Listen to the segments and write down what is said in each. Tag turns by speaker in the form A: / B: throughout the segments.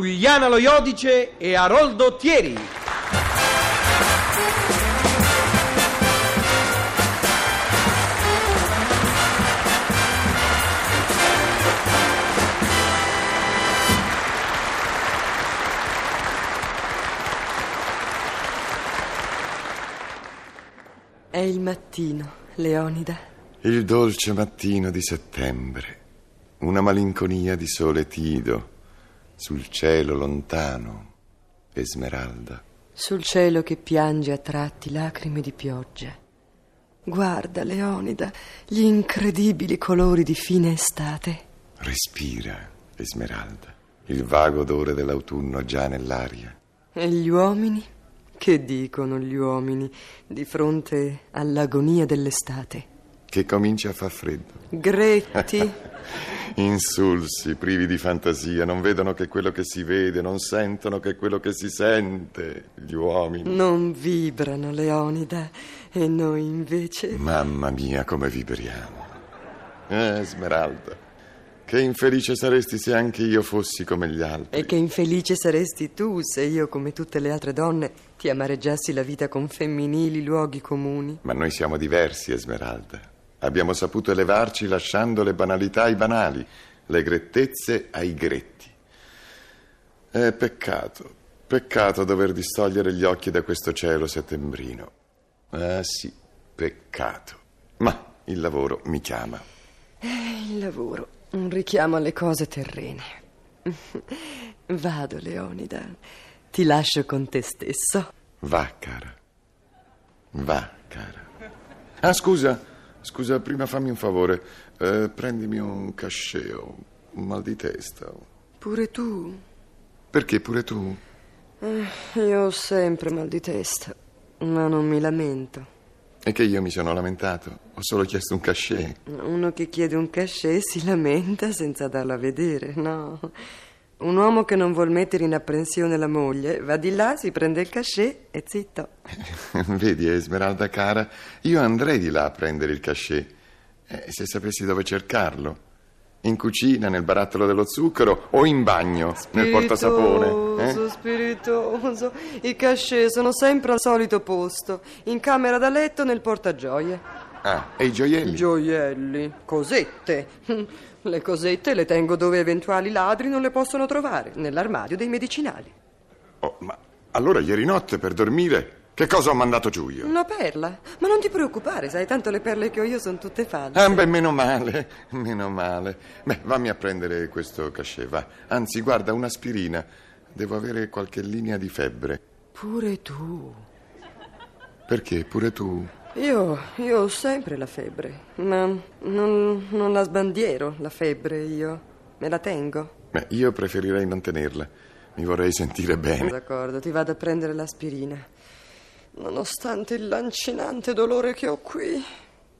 A: Giuliana Lo Iodice e Aroldo Thieri.
B: È il mattino, Leonida.
C: Il dolce mattino di settembre, una malinconia di sole tido sul cielo lontano, Esmeralda.
B: Sul cielo che piange a tratti lacrime di pioggia. Guarda, Leonida, gli incredibili colori di fine estate.
C: Respira, Esmeralda, il vago odore dell'autunno già nell'aria.
B: E gli uomini? Che dicono gli uomini di fronte all'agonia dell'estate?
C: Che comincia a far freddo.
B: Gretti,
C: Insulsi, privi di fantasia, non vedono che quello che si vede, non sentono che quello che si sente. Gli uomini.
B: non vibrano, Leonida. E noi invece.
C: Mamma mia, come vibriamo. Eh, Esmeralda, che infelice saresti se anche io fossi come gli altri.
B: E che infelice saresti tu se io, come tutte le altre donne, ti amareggiassi la vita con femminili luoghi comuni.
C: Ma noi siamo diversi, Esmeralda. Abbiamo saputo elevarci lasciando le banalità ai banali, le grettezze ai gretti. È peccato, peccato dover distogliere gli occhi da questo cielo settembrino. Ah sì, peccato. Ma il lavoro mi chiama.
B: Il lavoro, un richiamo alle cose terrene. Vado, Leonida. Ti lascio con te stesso.
C: Va, cara. Va, cara. Ah, scusa, scusa, prima fammi un favore. Eh, prendimi un casceo, un mal di testa.
B: Pure tu?
C: Perché pure tu?
B: Io ho sempre mal di testa, ma non mi lamento.
C: E che io mi sono lamentato, ho solo chiesto un cachet.
B: Uno che chiede un cachet si lamenta senza darlo a vedere, no? Un uomo che non vuol mettere in apprensione la moglie va di là, si prende il cachet e zitto.
C: Vedi, eh, Esmeralda cara, io andrei di là a prendere il cachet, eh, se sapessi dove cercarlo. In cucina, nel barattolo dello zucchero o in bagno, nel portasapone. eh?
B: Spiritoso, spiritoso. I cachet sono sempre al solito posto, in camera da letto nel portagioie.
C: Ah, e i gioielli?
B: Gioielli, cosette. Le cosette le tengo dove eventuali ladri non le possono trovare, nell'armadio dei medicinali.
C: Oh, ma allora ieri notte per dormire, che cosa ho mandato giù io?
B: Una perla? Ma non ti preoccupare, sai, tanto le perle che ho io sono tutte false.
C: Ah, beh, meno male, meno male. Beh, vammi a prendere questo cachet, va. Anzi, guarda, un'aspirina. Devo avere qualche linea di febbre.
B: Pure tu.
C: Perché pure tu?
B: Io, io ho sempre la febbre, ma non, non la sbandiero, la febbre, io. Me la tengo.
C: Beh, io preferirei non tenerla. Mi vorrei sentire bene.
B: D'accordo, ti vado a prendere l'aspirina. Nonostante il lancinante dolore che ho qui.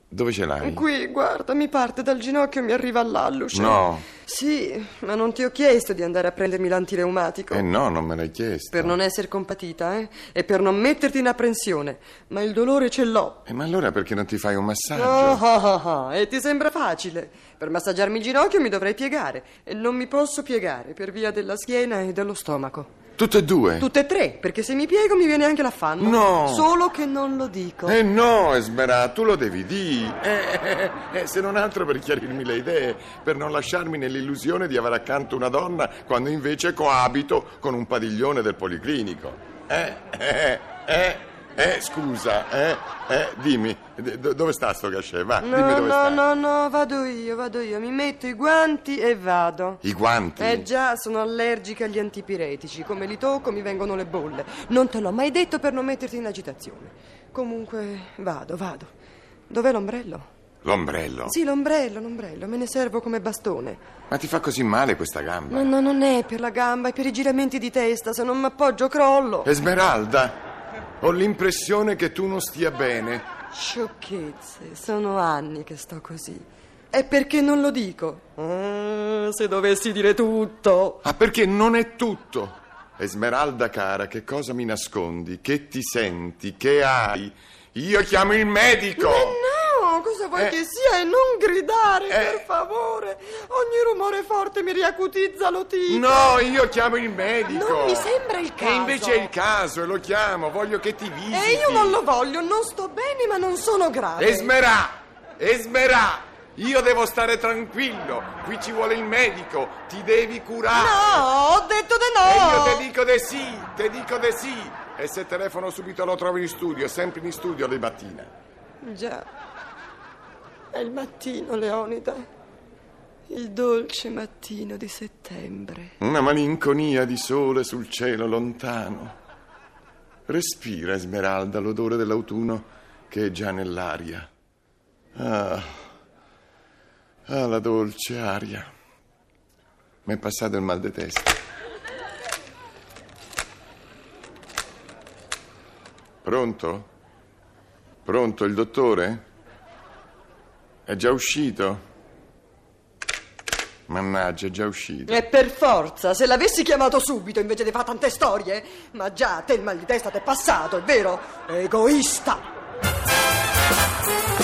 C: Dove ce l'hai?
B: Qui, guarda, mi parte dal ginocchio e mi arriva all'alluce.
C: No.
B: Sì, ma non ti ho chiesto di andare a prendermi l'antireumatico.
C: Eh no, non me l'hai chiesto.
B: Per non essere compatita, eh? E per non metterti in apprensione. Ma il dolore ce l'ho.
C: Eh, ma allora perché non ti fai un
B: Ah,
C: massaggio?
B: ah, ah, ah, E ti sembra facile? Per massaggiarmi il ginocchio mi dovrei piegare. E non mi posso piegare per via della schiena e dello stomaco.
C: Tutte e due?
B: Tutte e tre, perché se mi piego mi viene anche l'affanno.
C: No.
B: Solo che non lo dico.
C: Eh no, Esmerà, tu lo devi dire. Eh, eh, eh, eh, se non altro per chiarirmi le idee, per non lasciarmi nell'illusione di avere accanto una donna quando invece coabito con un padiglione del policlinico. Eh, eh, eh, eh, scusa, eh, eh, dimmi, d- d- dove sta sto cachet? Va, dimmi
B: No,
C: dove
B: no,
C: sta.
B: no, no, vado io, vado io. Mi metto i guanti e vado.
C: I guanti?
B: Eh già, sono allergica agli antipiretici. Come li tocco mi vengono le bolle. Non te l'ho mai detto per non metterti in agitazione. Comunque, vado, vado. Dov'è l'ombrello?
C: L'ombrello?
B: Sì, l'ombrello, l'ombrello, me ne servo come bastone.
C: Ma ti fa così male questa gamba?
B: Ma no, non è per la gamba, è per i giramenti di testa. Se non mi appoggio, crollo.
C: Esmeralda, ho l'impressione che tu non stia bene.
B: Sciocchezze, sono anni che sto così. È perché non lo dico.
C: Mm,
B: Ah, se dovessi dire tutto.
C: Ah, perché non è tutto. Esmeralda cara, che cosa mi nascondi? Che ti senti? Che hai? Io chiamo il medico.
B: Eh No, così cosa vuoi che sia e non gridare,
C: Eh.
B: per favore. Ogni rumore forte mi riacutizza l'otite.
C: No, io chiamo il medico.
B: Non mi sembra il caso.
C: E invece è il caso, e lo chiamo, voglio che ti visiti.
B: E io non lo voglio, non sto bene, ma non sono grave.
C: Esmerà! Esmerà! Io devo stare tranquillo, qui ci vuole il medico, ti devi curare.
B: No, ho detto di no.
C: E io te dico de sì, te dico de sì. E se telefono subito lo trovo in studio, sempre in studio le mattina.
B: Già, è il mattino, Leonida. Il dolce mattino di settembre.
C: Una malinconia di sole sul cielo lontano. Respira, Esmeralda, l'odore dell'autunno che è già nell'aria. Ah, ah la dolce aria. Mi è passato il mal di testa. Pronto? Pronto il dottore? È già uscito? Mannaggia, è già uscito.
B: E per forza, se l'avessi chiamato subito invece di fare tante storie. Ma già, a te il mal di testa t'è passato, è vero? Egoista!
D: Thank you.